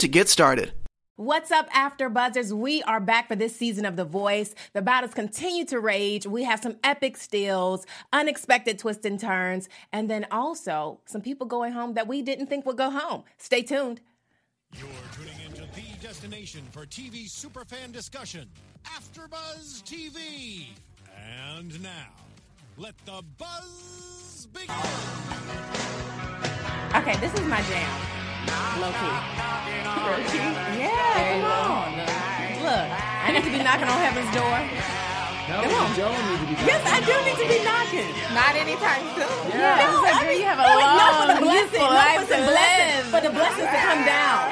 to get started. What's up, After Buzzers? We are back for this season of The Voice. The battles continue to rage. We have some epic steals, unexpected twists and turns, and then also some people going home that we didn't think would go home. Stay tuned. You're tuning into the destination for TV superfan discussion, AfterBuzz TV. And now, let the buzz begin. Okay, this is my jam. Low key. Yeah, come on. Look, I need to be knocking on heaven's door. No, Come on. you don't need to be Yes, I do need to be knocking. Not anytime soon. Yeah. No, Like, I girl, mean, you have a no, it's not for long, the blessing. No, useful life for the to blessing. live. For the blessings to come down.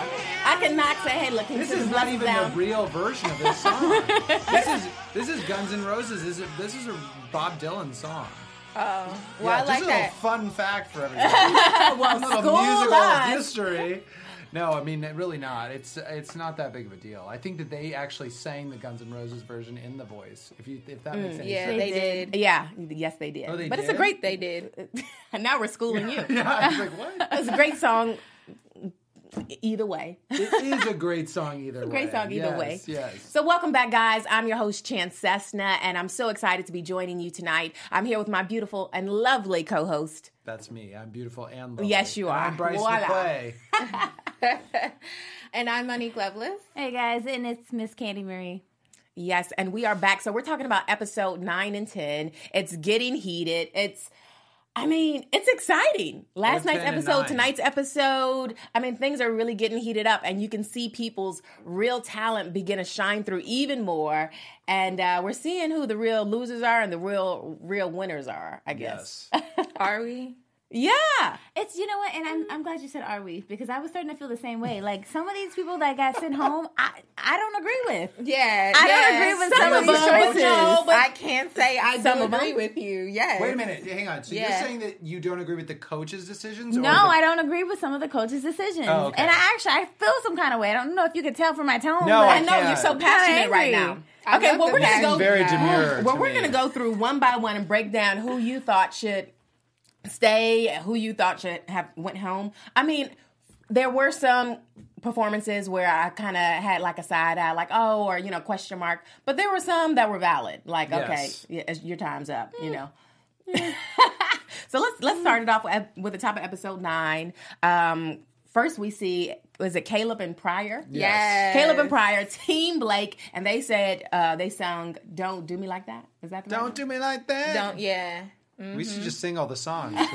I can knock say, hey, look, can you This put is the not blessings even down? the real version of this song. this is this is Guns N' Roses. This is this is a Bob Dylan song. Oh, Well, I just like a little that. fun fact for everybody. well, a little school musical us. history. No, I mean really not. It's it's not that big of a deal. I think that they actually sang the Guns N' Roses version in The Voice. If you if that Mm, makes any Yeah, sense. they did. Yeah, yes, they did. Oh, they but it's a did? great. They did. now we're schooling you. yeah, I was like what? It's a great song. e-, Either way, it is a great song either way. great song either yes, way. Yes. So welcome back, guys. I'm your host Chance Cessna, and I'm so excited to be joining you tonight. I'm here with my beautiful and lovely co-host. That's me. I'm beautiful and lovely. Yes, you And are. I'm Bryce Voila. McClay. And I'm Monique Loveless. Hey guys, and it's Miss Candy Marie. Yes, and we are back. So we're talking about episode nine and ten. It's getting heated. It's I mean, it's exciting. Last What's night's 10 and episode, 9? tonight's episode. I mean, things are really getting heated up, and you can see people's real talent begin to shine through even more. And uh, we're seeing who the real losers are and the real, real winners are. I guess. Yes. Are we? Yeah. It's you know what, and I'm I'm glad you said are we because I was starting to feel the same way. Like some of these people that got sent home, I I don't agree with. Yeah. I don't yes. agree with some of these them, but choices. no, but- I can't say I Some do of them. agree with you. Yes. Wait a minute. Hang on. So Yeah. you're saying that you don't agree with the coach's decisions? No, I don't agree with some of the coaches' decisions, Oh, okay. and I actually I feel some kind of way. I don't know if you could tell from my tone. No, but Oh, I know can't. you're so I'm passionate right angry. now. I okay, love well the we're gonna passion. go Seem very demure. Well, to we're me. going to go through one by one and break down who you thought should stay, who you thought should have went home. I mean, there were some performances where I kind of had like a side eye, like oh, or you know, question mark. But there were some that were valid, like Yes. okay, yeah, your time's up, Mm. you know. so let's let's start it off with, with the top of episode nine. Um, first, we see was it Caleb and Pryor? Yeah. Yes. Caleb and Pryor, Team Blake, and they said uh, they sung "Don't Do Me Like That." Is that the Don't do me like that. Don't. Oh, Yeah. We should just sing all the songs. No,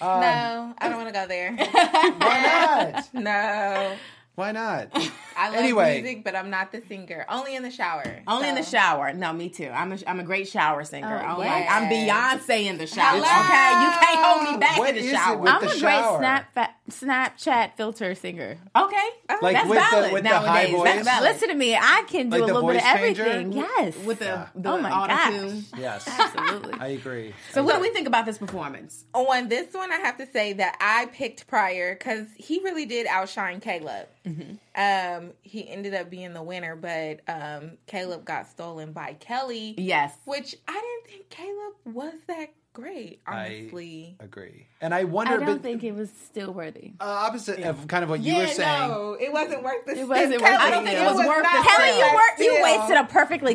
Oh, I don't want to go there. Why not? no. Why not? I love Anyway. music, but I'm not the singer. Only in the shower. Only in the So- shower. No, me too. I'm a, I'm a great shower singer. Oh, Oh, like, I'm Beyonce in the shower. Hello. Okay, you can't hold me back What in the is it shower. with I'm the a shower. great snap Snapchat filter singer. okay, Like that's with the- valid with the high nowadays. voice? That's valid. Listen to me, I can do Like a the little bit of voice changer? everything. Yes, with the, the Oh my auto-tune. Yes. absolutely. I agree. So, what do we think about this performance? on this one, I have to say that I picked Pryor because he really did outshine Caleb. Um, he ended up being the winner, but um, Caleb got stolen by Kelly. Yes. which I didn't think Caleb was that great, honestly. Agree. And I wonder, I don't but think it was still worthy. uh, opposite of kind of what you were saying. no, it wasn't worth the. It wasn't worth I don't think it was worth the Kelly, Still. you worked. You wasted a perfectly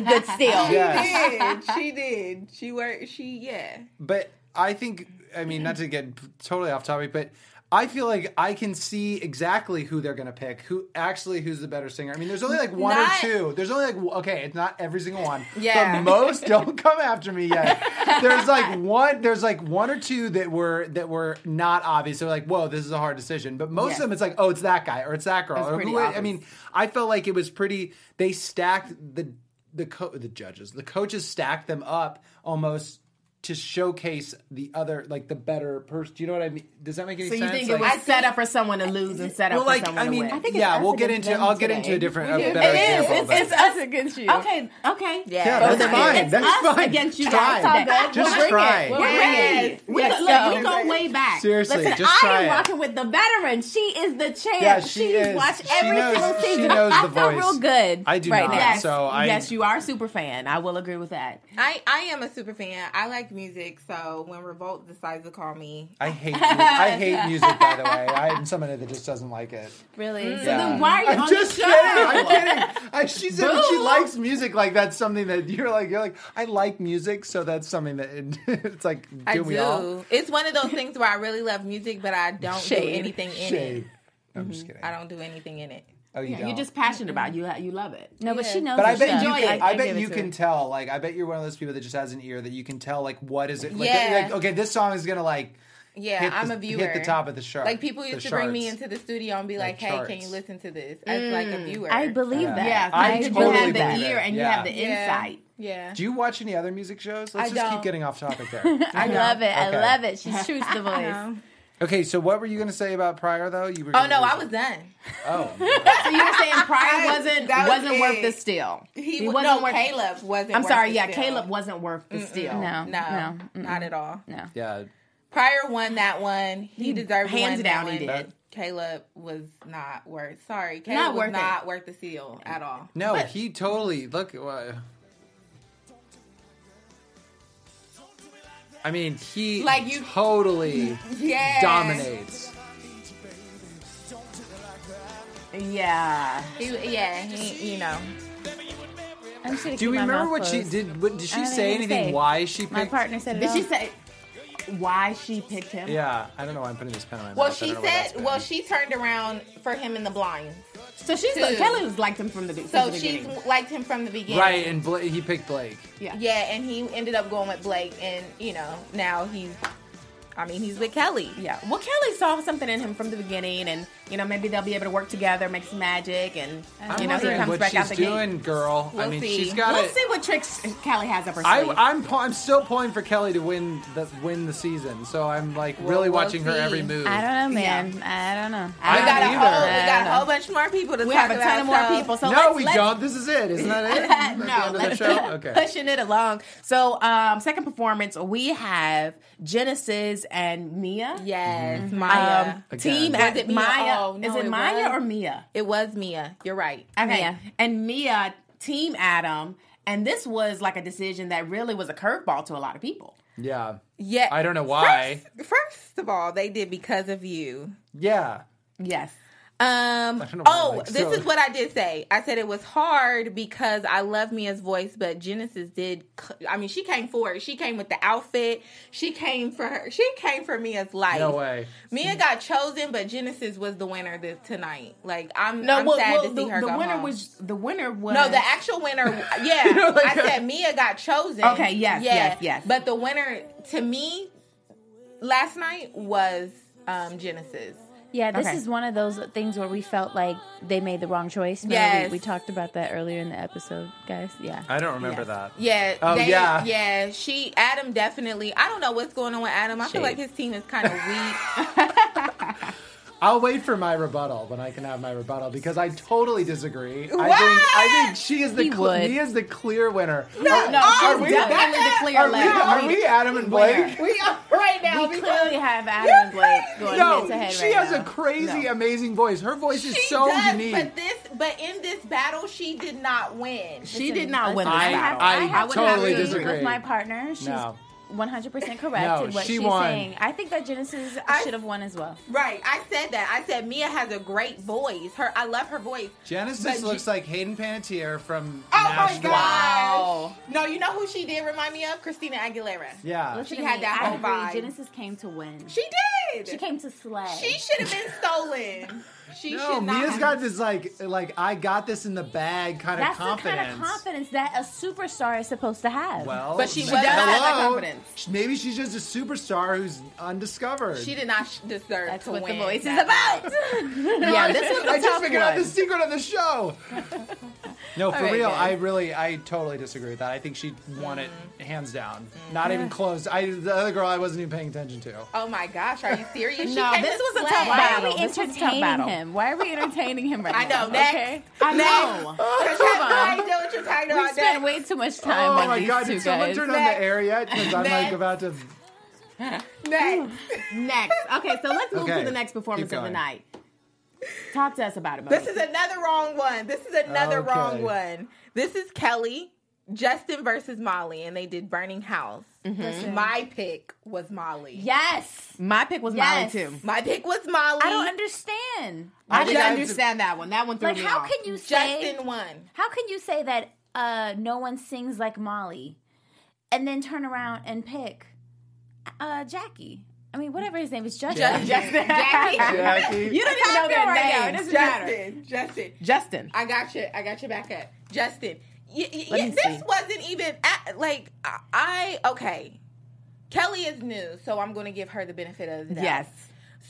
good steal. Yes. She did. She worked. She yeah. But I think, I mean, not to get totally off topic, but I feel like I can see exactly who they're going to pick, who actually who's the better singer. I mean, there's only like one Not- or two. There's only like, okay, it's not every single one. Yeah. The most don't come after me yet. There's like one, there's like one or two that were, that were not obvious. They're like, whoa, this is a hard decision. But most Yes. of them, it's like, oh, it's that guy or it's that girl. or pretty who, I obvious. mean, I felt like it was pretty, they stacked the, the, co- the judges, the coaches stacked them up almost to showcase the other, like the better person. Do you know what I mean? Does that make any So you sense? think it Like- was set up for someone to lose and set up well, for like someone I mean, to win? think it's yeah, us we'll get against into. them I'll get today. into a different, We a do. better It is. example. It's, but- it's us against you. Okay, okay. Yeah, Both that's of you. fine. It's That's us fine. against you Try guys. it. It's all good. Just We'll bring try it. it. We're Yes. ready. We, Yes, go- look, go. we go way back. Seriously, Listen, just I try am it. rocking with the veteran. She is the champ. Yeah, she She's is. watched She every knows- single she season. knows I the feel voice. real good. I do right not, Now. Yes. so I- yes, you are a super fan. I will agree with that. I, I am a super fan. I like music, so when Revolt decides to call me, I hate. mu- I hate music. By the way, I'm somebody that just doesn't like it. Really? So Yeah. then why are you I'm on just the kidding. show? I'm kidding. I, she said that she Boo. likes music. Like that's something that you're like. You're like. I like music, so that's something that it's like. Do I we do. all? It's one of those things where I really love music, but I don't Shade. do anything in Shade. it. Mm-hmm. No, I'm just kidding. I don't do anything in it. Oh, you don't. You're just passionate about it. You you love it. No, but she knows. But I the bet show. you can. I, give bet it you to can her. tell. Like I bet you're one of those people that just has an ear that you can tell. Like what is it? Like, Yeah. like okay, this song is gonna like. Yeah, hit the- I'm a viewer. Hit the top of the chart. Like people used the to bring me charts. into the studio and be like, "Hey, can you charts. listen to this?" As like a viewer. I believe that. Yeah, I because you totally have believe the ear it. and Yeah. you have the insight. Yeah. Do you watch any other music shows? Let's just I don't. keep getting off topic there. I love it. I Okay. love it. She shoots the voice. okay, so what were you going to say about Prior though? You were. Oh gonna no, lose I it. was done. Oh, So you were saying Pryor I- wasn't that was wasn't worth it. the steal. He, was no worth. Caleb wasn't. I'm worth sorry. the Yeah, steal. Caleb wasn't worth the steal. No, No, no, not at all. no. yeah. Pryor won that one. He, deserved hands one, down that he one. did. Caleb was not worth. Sorry, Caleb was worth it. not worth the seal at all. No, he totally look. Uh, I mean, he Like, you- totally Yeah, dominates. Yeah. He, yeah, he, you know. I'm just gonna Do keep we my remember mouth what she closed. did? What, did I she don't say even anything? say. Why she picked? My partner said. it Did she all. say why she picked him? Yeah, I don't know why I'm putting this pen on my Well, mouth. I she don't know where said. that's Well, been. she turned around for him in the blind. So she's Two. Kelly's liked him from the, from So the she beginning. liked him from the beginning. right, and Bla- he picked Blake. Yeah. yeah, and he ended up going with Blake, and you know now he's. I mean, he's with Kelly. Yeah. Well, Kelly saw something in him from the beginning, and you know maybe they'll be able to work together, make some magic, and I'm you know he wondering comes what back she's out the doing, gate. girl. I We'll mean, see. she's got Let's it. see what tricks Kelly has up her I, sleeve. I'm pu- I'm still pulling for Kelly to win the win the season, so I'm like really we'll watching her see. every move. I don't know, man. I don't know. We I got a don't whole, either. we got a whole bunch more people to we talk have a about, ton of more so- people. So no, let's, we let's don't. This is it, isn't that it? That's the no, end of the let's show? keep pushing it along. So, um, second performance, we have Genesis and Mia. Yes, Um, Maya. team Was at it Mia? Maya. Oh, no, is it, it Maya was- or Mia? it was Mia. You're right. Okay. Mia. And Mia, team Adam. And this was like a decision that really was a curveball to a lot of people. Yeah. Yeah. I don't know why. First, first of all, they did because of you. Yeah. Yes. Um. don't know why I Oh, like this Zoe. is what I did say. I said it was hard because I love Mia's voice, but Genesis did. c- I mean, she came forward. She came with the outfit. She came for her. She came for Mia's life. No way. Mm. Mia got chosen, but Genesis was the winner this tonight. Like I'm. No, I'm well, sad well, to see the, her the go winner home. was the winner was No, the actual winner. Yeah, I said Mia got chosen. Okay, yes, yes, yes. But the winner to me last night was um, Genesis. Yeah, this Okay. is one of those things where we felt like they made the wrong choice. Remember, Yes. we, we talked about that earlier in the episode, guys. Yeah, I don't remember that. Yeah. Oh, they- yeah. Yeah. She Adam definitely. I don't know what's going on with Adam. I feel Shade. like his team is kind of weak. I'll wait for my rebuttal when I can have my rebuttal because I totally disagree. I What? think I think she is the He cle- would. he is the clear winner. No, no, Oh, she's are we definitely the back? clear Are we, left. are we Adam and Blake? We are right now. we clearly have Adam and Blake going head no, to head she right has now. a crazy, amazing voice. Her voice is She so does, unique. But this, but in this battle, she did not win. She did not win this I- battle. I have to totally agree disagree. with my partner. She's No. 100% correct No, in what she she's won. saying. I think that Genesis I- should have won as well. Right. I said that. I said Mia has a great voice. Her, I love her voice. Genesis But looks like Hayden Panettiere from Oh my Nashville. gosh! Wow. No, you know who she did remind me of? Christina Aguilera. Yeah. Listen She to had me, that I whole agree. vibe. Genesis came to win. She did. She She, came to slay. should have been stolen. She no, should not. Mia's have- got this like like I got this in the bag kind That's of confidence. the kind of confidence that a superstar is supposed to have. Well, But she ma- does have that hello. confidence. Maybe she's just a superstar who's undiscovered. She did not sh- deserve That's to what the win. voice is that about. night. Yeah, this was a I just tough figured out one. the secret of the show. No, for right, real, guys. I really, I totally disagree with that. I think she won it hands down. Not even close. I the other girl I wasn't even paying attention to. Oh my gosh, are you serious? She No, came this to was a slay. tough Why battle. are we This was a tough entertaining battle. him? Why are we entertaining him right I now? know. Next. Okay. I know. Because you have no idea what you're talking We about. spent Next. way too much time oh on my these god! two Did someone guys. turn on the Next. air yet? Because I'm like Next. about to. Next. Next. Okay, so let's move Okay, to the next performance keep of the going. night. Talk to us about it. This Monique. is another wrong one. This is another Okay. wrong one. This is Kelly, Justin versus Molly, and they did Burning House. My pick was Molly. Mm-hmm. yes. my pick was Yes. Molly too. My pick was Molly. I don't understand. I didn't just- understand that one. That one threw Like, me how off. can you say? Justin won. How can you say that uh, no one sings like Molly, and then turn around and pick uh, Jackie? I mean, whatever his name is, Justin. Justin. Justin. Jackie. Jackie. You don't even know Stop it their right now. name. It doesn't Justin. Justin. Justin. Justin. I got you. I got you back up. Justin, y- y- Let y- me this see. wasn't even at, like I I- okay. Kelly is new, so I'm going to give her the benefit of the doubt. Yes.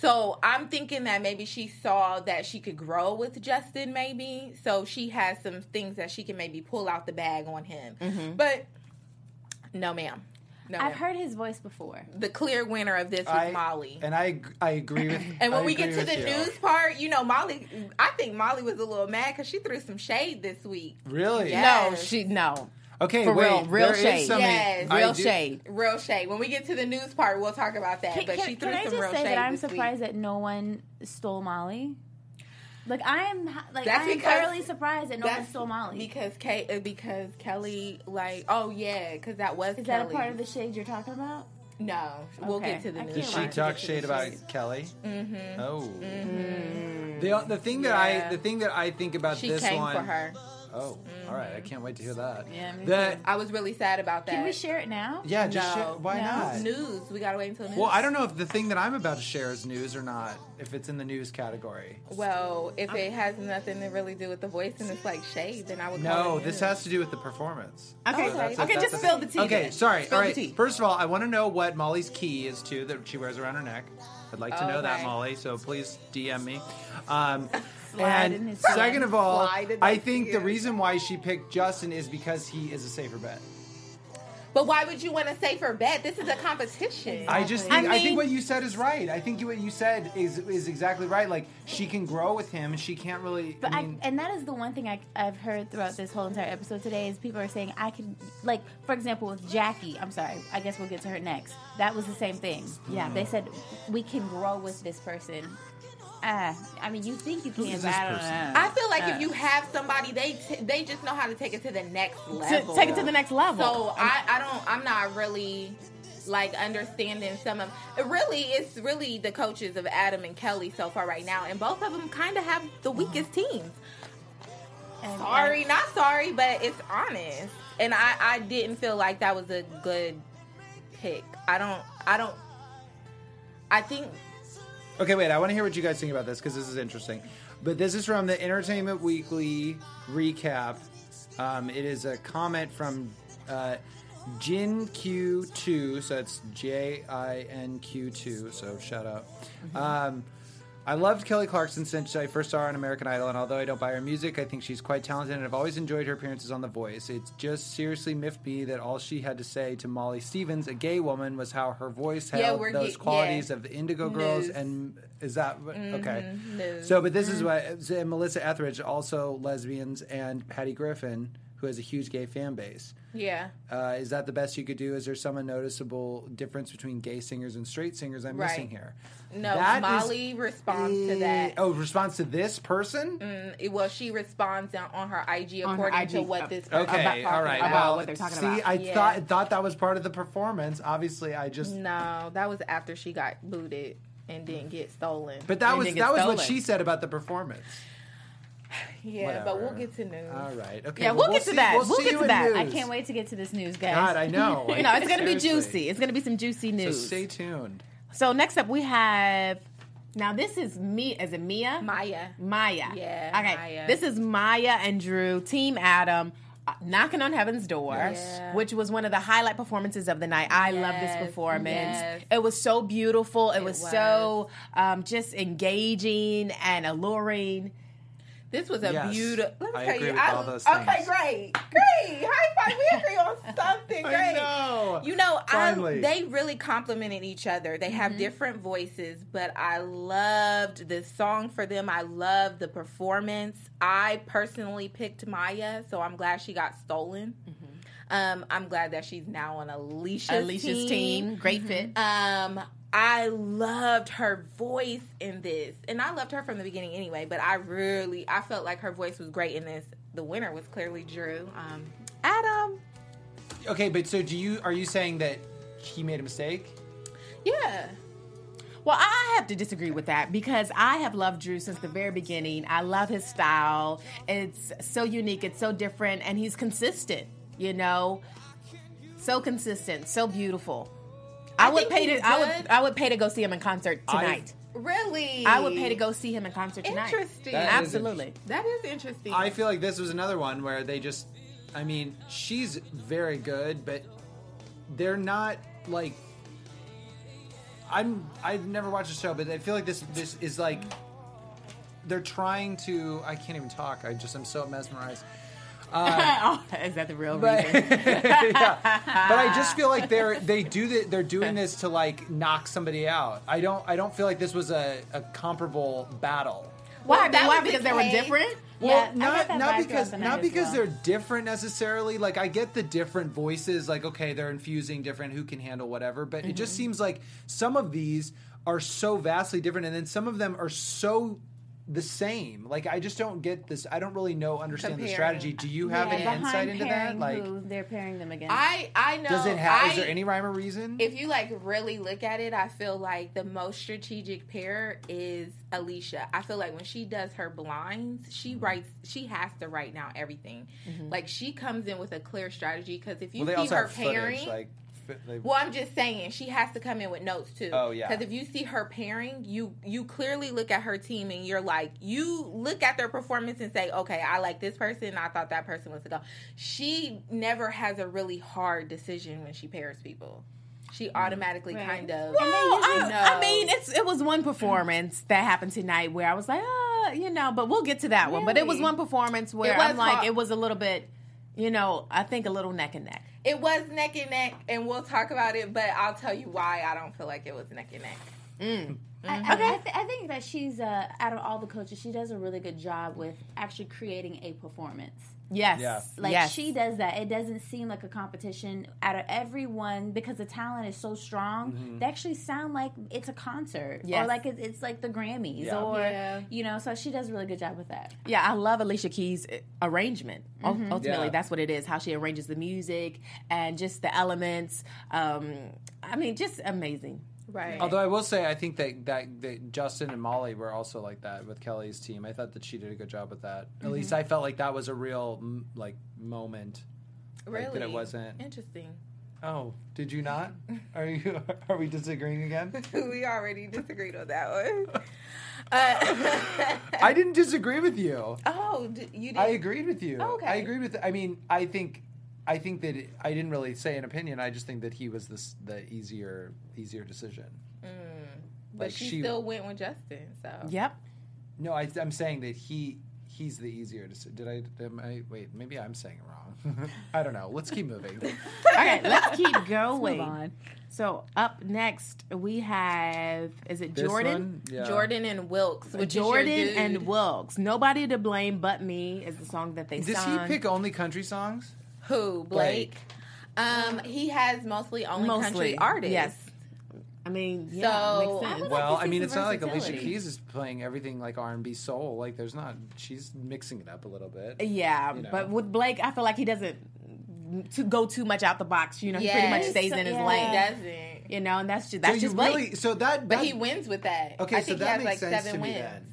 So I'm thinking that maybe she saw that she could grow with Justin, maybe. So she has some things that she can maybe pull out the bag on him. But no, ma'am. No, Mm-hmm. I've ma'am. heard his voice before. the clear winner of this was I, Molly. And I, I agree with. And when I we get agree to the with you. news part, you know, Molly, I think Molly was a little mad because she threw some shade this week. really? Yeah. No, Yes. she no. Okay, For wait. real, real there is shade. something- Yes, I Real do- shade. Real shade. When we get to the news part, we'll talk about that. Can, but can- she threw can I some real just say shade. that I'm this week. surprised that no one stole Molly? Like I am, like That's I am because- thoroughly surprised that no one That's stole Molly. because Kate, uh, because Kelly, like, oh yeah, because that was Is that Kelly. a part of the shade you're talking about? No, we'll Okay. get to the I news. can't part. She Right. talked She shade did about shade. Kelly. Mm-hmm. Oh. The, the thing that Mm-hmm. Yeah. I the thing that I think about She this came one. for her. Mm-hmm. Oh, all right. I can't wait to hear that. Yeah, me That I was really sad about that. Can we share it now? yeah. No, Just share, why no. not? news? We gotta wait until news. Well, I don't know if the thing that I'm about to share is news or not. If it's in the news category. Well, if it has nothing to really do with the voice and it's like shade, then I would. call No, it this news. has to do with the performance. Okay, So that's a- okay, Oh, that's just a- spill the tea. Okay, then. sorry. Spill all the right. tea. First of all, I want to know what Molly's key is too that she wears around her neck. I'd like to know that, Okay. Molly. So please DM me. Um, Slide in and his second DM. of all, Slide in I his think the DM. reason why she picked Justin is because he is a safer bet. But why would you want to say for bet? This is a competition. I just think, I, I mean- think what you said is right. I think what you said is is exactly right. Like she can grow with him, and she can't really. But I I, mean, and that is the one thing I, I've heard throughout this whole entire episode today is people are saying I can like for example with Jackie I'm sorry I guess we'll get to her next that was the same thing yeah Mm. they said we can grow with this person ah I mean you think you can is but this I don't person? know I feel like Uh. if you have somebody, they t- they just know how to take it to the next To- level. take it to the next level. So I, I don't. I'm not really like understanding some of. it Really, it's really the coaches of Adam and Kelly so far right now, and both of them kind of have the weakest teams. And- Sorry, not sorry, but it's honest. And I, I didn't feel like that was a good pick. I don't. I don't. I think okay, wait. I want to hear what you guys think about this because this is interesting. But this is from the Entertainment Weekly recap. Um, it is a comment from uh, Jin Q two, so it's J I N Q two. So shout out. Mm-hmm. Um, I loved Kelly Clarkson since I first saw her on American Idol, and although I don't buy her music, I think she's quite talented and I've always enjoyed her appearances on The Voice. It's just seriously miffed me that all she had to say to Molly Stevens, a gay woman, was how her voice Yeah, held we're those ge- qualities yeah. of the Indigo Girls. News. Mm-hmm. And is that what- okay? news. Mm-hmm. So, but this is what so Melissa Etheridge, also lesbians, and Patty Griffin, who has a huge gay fan base. yeah. Uh, is that the best you could do? Is there some noticeable difference between gay singers and straight singers I'm Right. missing here? No, That is- Molly responds to Eh, that. Mm. Oh, response to this person? It- Well, she responds down on her IG On her according to IG, what uh, this. Okay, about all right. about well, what they're talking see, about. I Yeah. thought thought that was part of the performance. Obviously, I just. No, that was after she got booted and didn't get stolen. But that You was think that it's was what stolen. she said about the performance. yeah, but we'll get to news. All right. Okay. Yeah, well, we'll get to see- that. We'll, We'll see get you to in that. I I news. can't wait to get to this news guys God, I know. no, it's gonna be Seriously. juicy. It's gonna be some juicy So news. stay tuned. So next up we have now this is me is it Mia? Maya. Maya. Yeah, Okay. Maya. This is Maya and Drew, Team Adam, uh, knocking on heaven's door, Yes. Yeah. which was one of the highlight performances of the night. I love this Yes, performance. yes. It was so beautiful. It, was, was. so um, just engaging and alluring. This was a Yes. beautiful. Let me I tell agree you. with I, all those okay, things. great, great. High five. We agree on something. I Great. know. You know, I Finally. they really complemented each other. They Mm-hmm. have different voices, but I loved the song for them. I loved the performance. I personally picked Maya, so I'm glad she got stolen. Mm-hmm. Um, I'm glad that she's now on Alicia's, Alicia's team, great fit. um, I loved her voice in this, and I loved her from the beginning anyway. But I really, I felt like her voice was great in this. The winner was clearly Drew. Um, Adam, Okay, but so do you? Are you saying that he made a mistake? yeah, Well, I have to disagree with that because I have loved Drew since the very beginning. I love his style. It's so unique, it's so different, and he's consistent, you know? So consistent, so beautiful. I, would think pay he's to I good. would I would pay to go see him in concert tonight. really, I, would pay to go see him in concert tonight. Interesting. That is Absolutely. That is interesting. I feel like this was another one where they just, I mean, she's very good, but they're not like. I'm. I've never watched the show, but I feel like this. This is like. They're trying to. I can't even talk. I just. I'm so mesmerized. Oh, Is that the real But, reason? yeah. but I just feel like they're they do the, they're doing this to like knock somebody out. I don't I don't feel like this was a, a comparable battle. Why? Well, that Why? was Because the they were case. different? Yeah, Well, I got not that vibe not throughout because the night not as because well. they're different necessarily. Like I get the different voices, like okay, they're infusing different who can handle whatever, but it Mm-hmm. just seems like some of these are so vastly different and then some of them are so the same. Like I just don't get this. I don't really know understand the Comparing. strategy. Do you have Yeah, any insight behind into that? pairing Like who they're pairing them against. I, I know. does it have I, is there any rhyme or reason? If you like really look at it, I feel like the most strategic pair is Alicia. I feel like when she does her blinds, Mm-hmm. she writes. She has to write now everything. Like she comes in with a clear strategy because if you well, they see also her have pairing, footage like fi- they- well, I'm just saying she has to come in with notes too. Oh, yeah. Because if you see her pairing, you you clearly look at her team and you're like, you look at their performance and say, okay, I like this person. I thought that person was to go. She never has a really hard decision when she pairs people. She automatically Right. kind of. Well, I, Oh, I knows. mean, it's it was one performance that happened tonight where I was like, uh, you know, but we'll get to that one. But it was Really? one performance where It was I'm like, hard. it was a little bit, you know, I think a little neck and neck. it was neck and neck, and we'll talk about it. But I'll tell you why I don't feel like it was neck and neck. Mm-hmm. I, I- I, th- I think that she's uh, out of all the coaches, she does a really good job with actually creating a performance. Yes, Yeah. Like yes. she does that. It doesn't seem like a competition out of everyone because the talent is so strong. Mm-hmm. They actually sound like it's a concert Yes. or like it's, it's like the Grammys Yeah. or Yeah. you know. So she does a really good job with that. yeah, I love Alicia Keys' uh, arrangement. Ul- Ultimately, Yeah. that's what it is. How she arranges the music and just the elements. Um, I mean, just amazing. Right. Although I will say, I think that, that that Justin and Molly were also like that with Kelly's team. I thought that she did a good job with that. Mm-hmm. At least I felt like that was a real m- like moment. really, like, that it wasn't- interesting. Oh, did you not? Are you? Are we disagreeing again? we already disagreed on that one. Uh, I didn't disagree with you. Oh, d- you did. I agreed with you. Okay. I agreed with. I mean, I think. I think that it, I didn't really say an opinion. I just think that he was this the easier easier decision. but like she, she- still went with Justin. So Yep. No, I, I'm saying that he he's the easier decision. Did I? Am I? Wait, maybe I'm saying it wrong. I don't know. Let's keep moving. Okay, let's keep going. on. So up next we have is it This Jordan? one? Yeah. Jordan and Wilkes, which Jordan is your dude. and Wilkes. Nobody to blame but me is the song that they Does sung. he pick only country songs? who Blake. Um, he has mostly only Mostly. country artists. Yes. I mean, yeah, So- makes sense. would Well, like to I see mean, some it's not like Alicia versatility. Keys is playing everything like R and B soul. Like, there's not. She's mixing it up a little bit. Uh, yeah, You know. but with Blake, I feel like he doesn't to go too much out the box. You know, he pretty Yes. much stays in his Yeah. He lane. doesn't, You know, and that's just So that's you just Blake. really. So that. but that- he wins with that. Okay, I so think he that has makes like sense seven to me wins. then.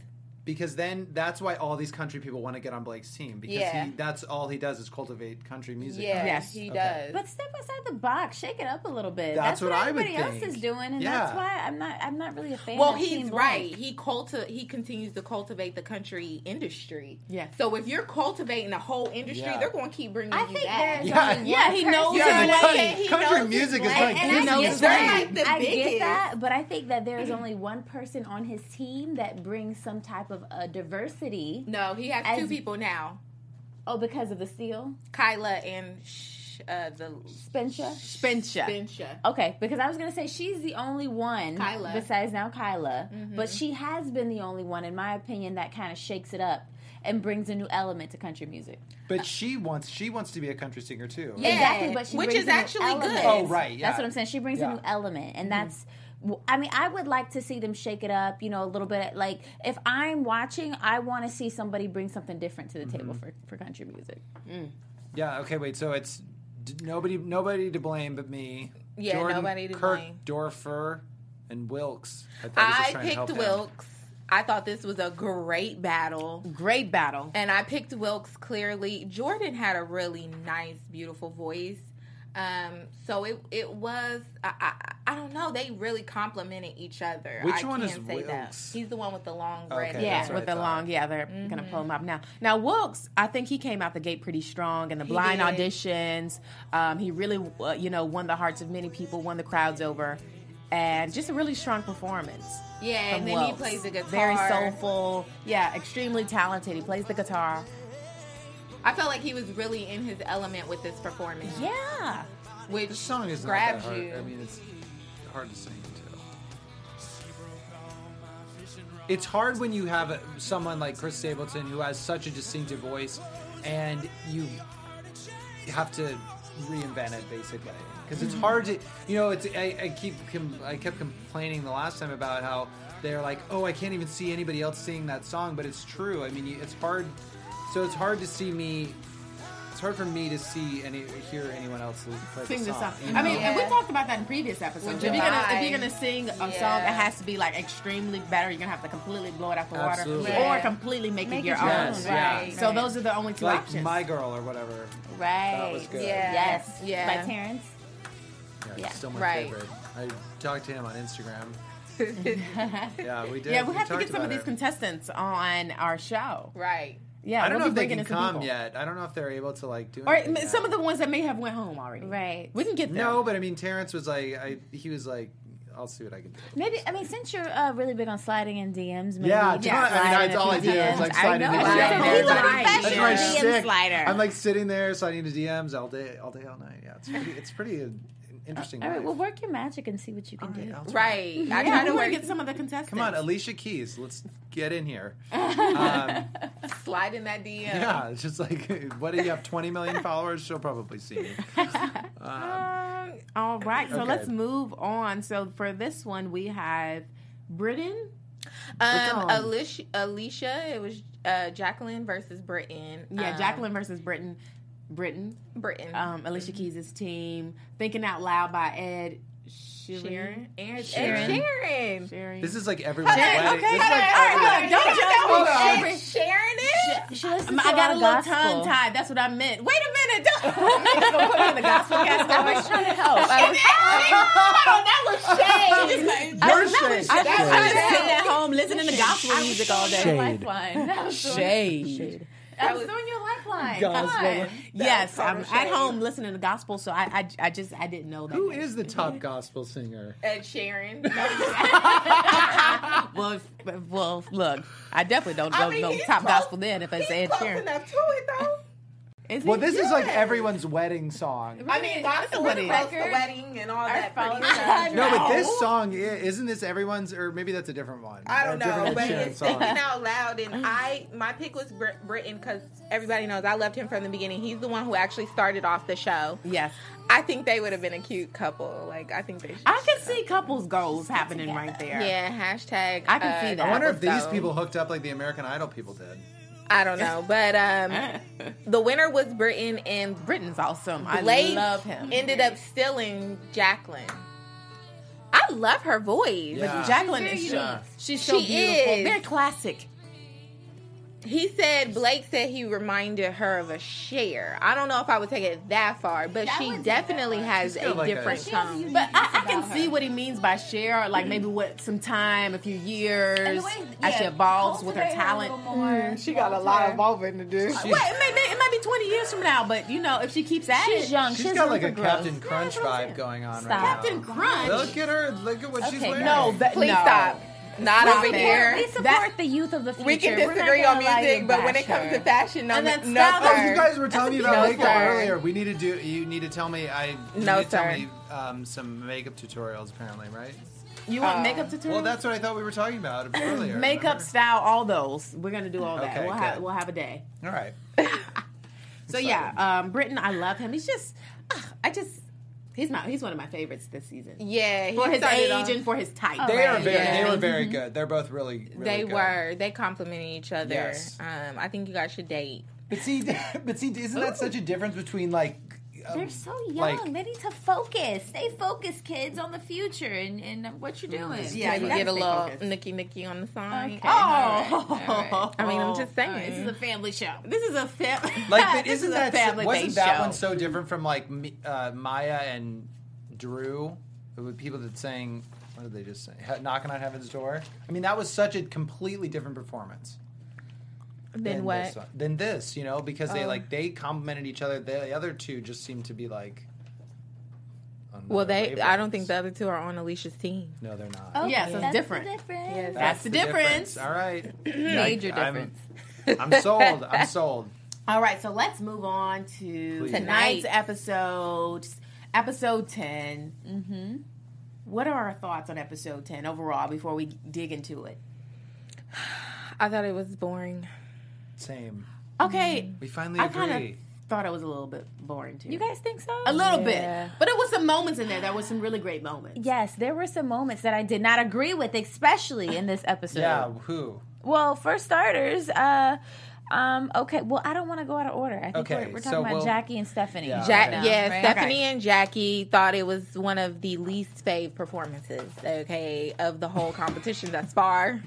Because then that's why all these country people want to get on Blake's team because Yeah. he, that's all he does is cultivate country music. Yeah, right? Yes. he Okay. does. But step outside the box, shake it up a little bit. That's That's, what what, I would everybody else think. is doing, and Yeah. that's why I'm not. I'm not really a fan. well, of he's Team Blake. right. He culti- he continues to cultivate the country industry. Yeah. So if you're cultivating a whole industry, Yeah. they're going to keep bringing I you think back. there's Yeah. only one Yeah, he knows person- Yeah, Yeah, but like, country, he country knows music his is way. like And he I knows get his that. way. like the I biggest. get that, but I think that there is only one person on his team that brings some type of a diversity. No, he has two As- people now, Oh, because of the seal, Kyla and sh- uh, the Spencer. Spencer. Bensha. Okay, because I was gonna say she's the only one Kyla. Mm-hmm. besides now Kyla, but she has been the only one, in my opinion, that kind of shakes it up and brings a new element to country music. But she wants she wants to be a country singer too. Yeah. Exactly, but she which brings is a new actually good. element. Oh, right, yeah. That's what I'm saying. She brings Yeah. a new element, and that's. w- I mean, I would like to see them shake it up, you know, a little bit. Like, if I'm watching, I want to see somebody bring something different to the table for, for country music. Yeah. Okay. Wait. So it's d- nobody nobody to blame but me. Yeah, nobody to Kirk, blame. Dorfer, and Wilkes. I, thought he was just I trying to help picked him. Wilkes. I thought this was a great battle. Great battle. and I picked Wilkes clearly. Jordan had a really nice, beautiful voice. Um, so it it was I, I I don't know. They really complimented each other. Which I one is can't say that. Wilkes? He's the one with the long Okay, red. Yeah, that's what with I the thought. long, yeah, they're gonna pull him up now. Now Wilkes, I think he came out the gate pretty strong in the blind did. auditions. Um, he really, uh, you know, won the hearts of many people, won the crowds over, and just a really strong performance. Yeah, and from then he Wilkes. plays the guitar. Very soulful. Yeah, extremely talented. He plays the guitar. I felt like he was really in his element with this performance. Yeah. which This song is not that grabs hard. you. I mean, it's hard to sing too. It's hard when you have a, someone like Chris Stapleton who has such a distinctive voice, and you have to reinvent it basically because it's hard to you know it's I, I keep com- I kept complaining the last time about how they're like oh I can't even see anybody else singing that song but it's true I mean you- it's hard so it's hard to see me it's hard for me to see any hear anyone else play Sing the the song, Mm-hmm. song. you I mean, know? and we talked about that in previous episodes. If you're gonna if you're gonna sing a song, it Yeah. has to be like extremely better. You're gonna have to completely blow it out the Absolutely. water, or Right. completely make, it your it own. your Yes, yeah. Right, So right. those are the only two like options. my girl or whatever Right. That was good. Yeah. Yes. Yeah. By Terrence. yeah, Yeah, still my right. favorite I talked to him on Instagram yeah we did yeah, we have to talked get some of about these it. contestants on our show. right. Yeah, I we'll don't know be if they bringing can in some come people. yet. I don't know if they're able to like do. Or anything yet. some of the ones that may have went home already. Right. We can get them. No, but I mean, Terrence was like, I, he was like, I'll see what I can do. Maybe I mean since you're uh, really big on sliding in DMs, maybe Yeah, you ton- just I mean, slide that's in a all few I do is, DMs. like, I slide know. into That's DMs. what Yeah, he's a right. That's professional my Sure. DM shtick. slider. I'm like sitting there sliding to DMs all day, all day, all night. Yeah, it's pretty, it's pretty uh, interesting. all right, life. well, work your magic and see what you can All do. I'll try. Right. Yeah, I try we to want work to get some of the contestants. Come on, Alicia Keys, let's get in here. Um, slide in that DM. yeah, it's just like, what do you have? 20 million followers? She'll probably see me. Um, all right, so Okay. let's move on. So for this one, we have Britain. Um, What's on? Alicia, Alicia, it was uh, Jacqueline versus Britain. Yeah, Um, Jacqueline versus Britain. Britain. Britain. Um, Alicia Keys' team. Thinking Out Loud by Ed Sheeran. Sharon. Aaron. Sharon. Sharon. Sharon. Sheeran. This is like everyone's wedding. okay, this is like okay, everyone's- okay. Don't Hold judge on. me. Sharon. Sharon is? She listens to I got a lot little of gospel. tongue tied. That's what I meant. Wait a minute. Don't. Niggas gonna put me in the gospel cast. I was trying to help. I was, that was shade. You're shade. I, Shade. I was sitting at home listening to gospel music all day. Shade. Lifeline. That was so- Shade. I was doing your lifeline. Gospel. Yes, I'm at home listening to gospel, so I, I, I just I didn't know that. Who is the top gospel singer? Ed Sharon. Well, if- well, look, I definitely don't I know mean, no he's top close- gospel then if it's He's Ed close Sheeran. enough to it, though. Is Well, he? this is like everyone's wedding song. I mean, that's the wedding. wedding. the wedding and all that. pretty followers much. are No, but this song i- isn't this everyone's, or maybe that's a different one. Oh. I don't Or a know, different but Sharon it's song. thinking out loud, and I my pick was Br- Britain because everybody knows I loved him from the beginning. He's the one who actually started off the show. Yes, I think they would have been a cute couple. Like I think they. Should. I can see couples goals happening right there. Yeah. Hashtag. uh, I can see that. I wonder if couples these goals. people hooked up like the American Idol people did. I don't know, but um, the winner was Britain, and Britain's awesome. I Blaze love him. ended up stealing Jacqueline. I love her voice. Yeah. Jacqueline Very is unique. so, she's so She beautiful. is. They're classic. He said Blake said he reminded her of a share. I don't know if I would take it that far, but That she wouldn't be that definitely far. has got a like a- different She's tone. unique But I, I can about see her. what he means by share, like maybe what some time, a few And years, the way- as she yeah, evolves with her cultivate a talent. little more. evolving to do. Well, it may, may- it might be 20 years from now, but you know, if she keeps at She's it, young. she She's has got room like for a growth. Captain Crunch that's what I'm vibe saying. going on Stop. right Captain now. Crunch. Look at her. Look at what she's Okay, wearing. No, that, Please no. stop. not over it. here. We support That- the youth of the future. We can We're not disagree on gonna allow you music, to but when bash it comes her. to fashion, no, And that's no, not- sir. Oh, You guys were telling me about No, makeup sir. earlier. We need to do. You need to tell me. I you No, need to tell sir. me, um, some makeup tutorials apparently, right? You want makeup tutorial? Oh. Well, that's what I thought we were talking about earlier. makeup remember? style, all those. We're gonna do all that. Okay, we'll have good. we'll have a day. All right. So yeah, um, Britain, I love him. He's just, ah, I just, he's my he's one of my favorites this season Yeah, he for his started age off- and for his type. They are Oh, Right, very. yeah. Mm-hmm. They were very good. They're both really. really they good. were. They complimented each other. Yes. Um, I think you guys should date. But see, but see, isn't that such a difference between like? um, They're so young. like- they need to focus. Stay focused, kids, on the future and, and what you're doing. Yeah, you you get a gotta stay little focused. nicky nicky on the song. Okay. Oh, I mean, I'm just saying. All right, this is a family show. this is a family. Like, but this isn't is that a family wasn't based that show. one so different from like Mi- uh, Maya and Drew, with people that sang? What did they just sing? He- Knocking on Heaven's Door. I mean, that was such a completely different performance. then This what? Oh. one- than this, you know, because they like they complimented each other. The other two just seemed to be like. on Well, another they. I don't wavelength. think the other two are on Alicia's team. No, they're not. Okay, Yeah, so it's that's different. The difference. Yes. That's the difference. All right. Major Like, I'm- difference. I'm sold. I'm sold. All right, so let's move on to tonight's episode, episode 10. Mm-hmm. What are our thoughts on episode 10 overall before we dig into it? I thought it was boring. Same. Okay, Mm-hmm. We finally I agree. kind of thought it was a little bit boring too. You guys think so? a little Yeah. bit. But it was some moments in there. There was some really great moments. Yes, there were some moments that I did not agree with, especially in this episode. yeah. Who? Well, for starters, uh, um, okay. Well, I don't want to go out of order. I think Okay, we're, we're talking so about we'll- Jackie and Stephanie. Yeah, Jack, Okay. yeah, Right? Stephanie and Jackie thought it was one of the least fave performances, okay, of the whole competition thus far.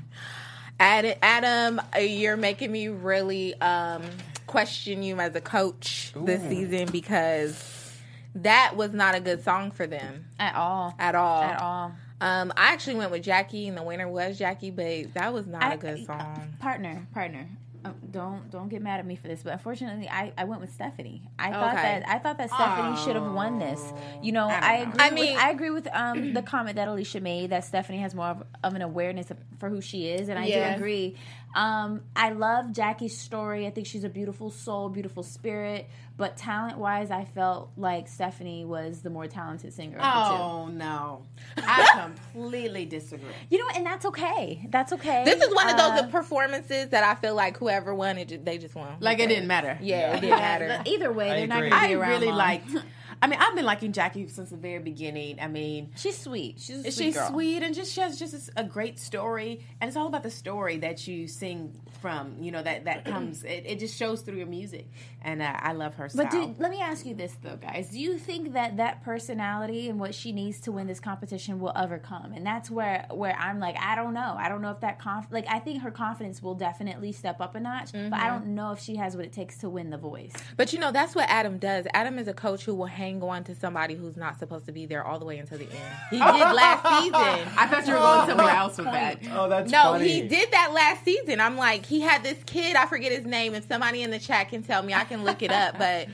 Ad- Adam, uh, you're making me really um, question you as a coach this season because that was not a good song for them At all. at all. At all. Um, I actually went with Jackie, and the winner was Jackie, but that was not a I- good song. partner, partner. Um, don't don't get mad at me for this, but unfortunately, I, I went with Stephanie. I thought Okay. that I thought that Stephanie should have won this. You know, I, agree. I with, mean- I agree with um the comment that Alicia made that Stephanie has more of, of an awareness of, for who she is, and I Yes. do agree. Um, I love Jackie's story. I think she's a beautiful soul, beautiful spirit. But talent wise, I felt like Stephanie was the more talented singer. Of the two. Oh no. I completely disagree. You know, and that's okay. That's okay. This is one of Uh, those performances that I feel like whoever won, it, ju- they just won. Like it didn't matter. yeah, it didn't matter. Either way, I they're not agree. going to I be around. really long. liked I mean, I've been liking Jackie since the very beginning. I mean, She's sweet. She's a sweet she's girl. sweet and just she has just a great story and it's all about the story that you sing from you know that that comes it, it just shows through your music and uh, i love her style But do, let me ask you this though, guys: Do you think that that personality and what she needs to win this competition will overcome? And that's where where I'm like, I don't know. I don't know if that conf- like I think her confidence will definitely step up a notch, but Mm-hmm. I don't know if she has what it takes to win the voice. But you know, that's what Adam does. Adam is a coach who will hang on to somebody who's not supposed to be there all the way until the end. He did last season. i thought you were going somewhere else with that Oh, that's No, funny. he did that last season. I'm like, he had this kid, I forget his name. If somebody in the chat can tell me, I can look it up. But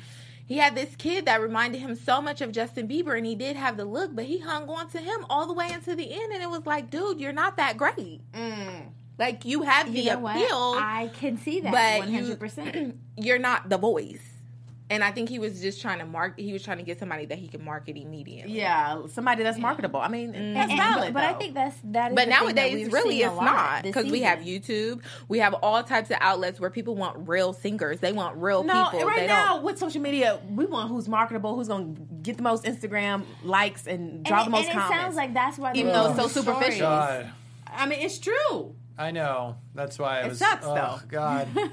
he had this kid that reminded him so much of Justin Bieber, and he did have the look, but he hung on to him all the way until the end. And it was like, dude, you're not that great. Mm. Like, you have the You know what? appeal. I can see that but one you- hundred percent. you're not the voice. And I think he was just trying to mark. He was trying to get somebody that he could market immediately. yeah somebody that's marketable i mean that's valid Mm. But, but I though. think that's that. Is But the thing that nowadays, we've really, seen a it's lot not this because we have season. YouTube. We have all types of outlets where people want real singers. They want real no, people. right they now with social media, we want who's marketable, who's going to get the most Instagram likes and draw And, the it- most and comments. it sounds like that's why, Even they're though doing it's so these superficial. stories. Oh God, I mean, it's true. I know. That's why I was. sucks, oh, though. God. don't.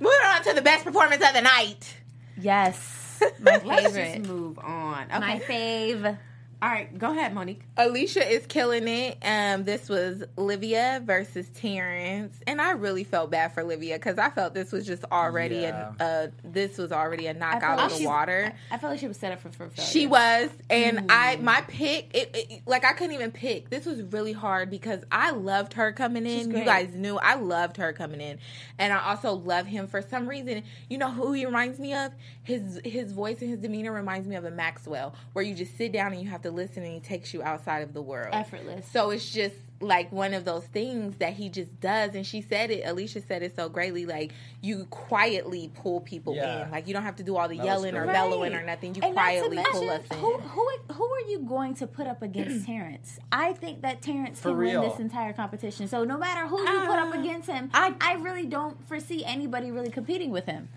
Moving on to the best performance of the night. Yes, my Let's favorite. just move on. Okay. My fave. All right, go ahead, Monique. Alicia is killing it. Um, this was Livia versus Terrence, and I really felt bad for Livia because I felt this was just already an uh, this was already a knockout felt of the she's- water. I felt like she was set up for, for failure. She was, and I Mm-hmm. my pick. It, it, like I couldn't even pick. This was really hard because I loved her coming in. You great. guys knew I loved her coming in, and I also love him for some reason. You know who he reminds me of? His his voice and his demeanor reminds me of a Maxwell, where you just sit down and you have to listen, and he takes you outside of the world. Effortless. So it's just like one of those things that he just does. And she said it, Alicia said it so greatly. Like, you quietly pull people Yeah. in. Like, you don't have to do all the That was yelling or great. bellowing or nothing. You And not to quietly pull us mention, in. who, who who are you going to put up against Terrence? I think that Terrence For can real. Uh, win this entire competition. So no matter who you put up against him, I, I really don't foresee anybody really competing with him.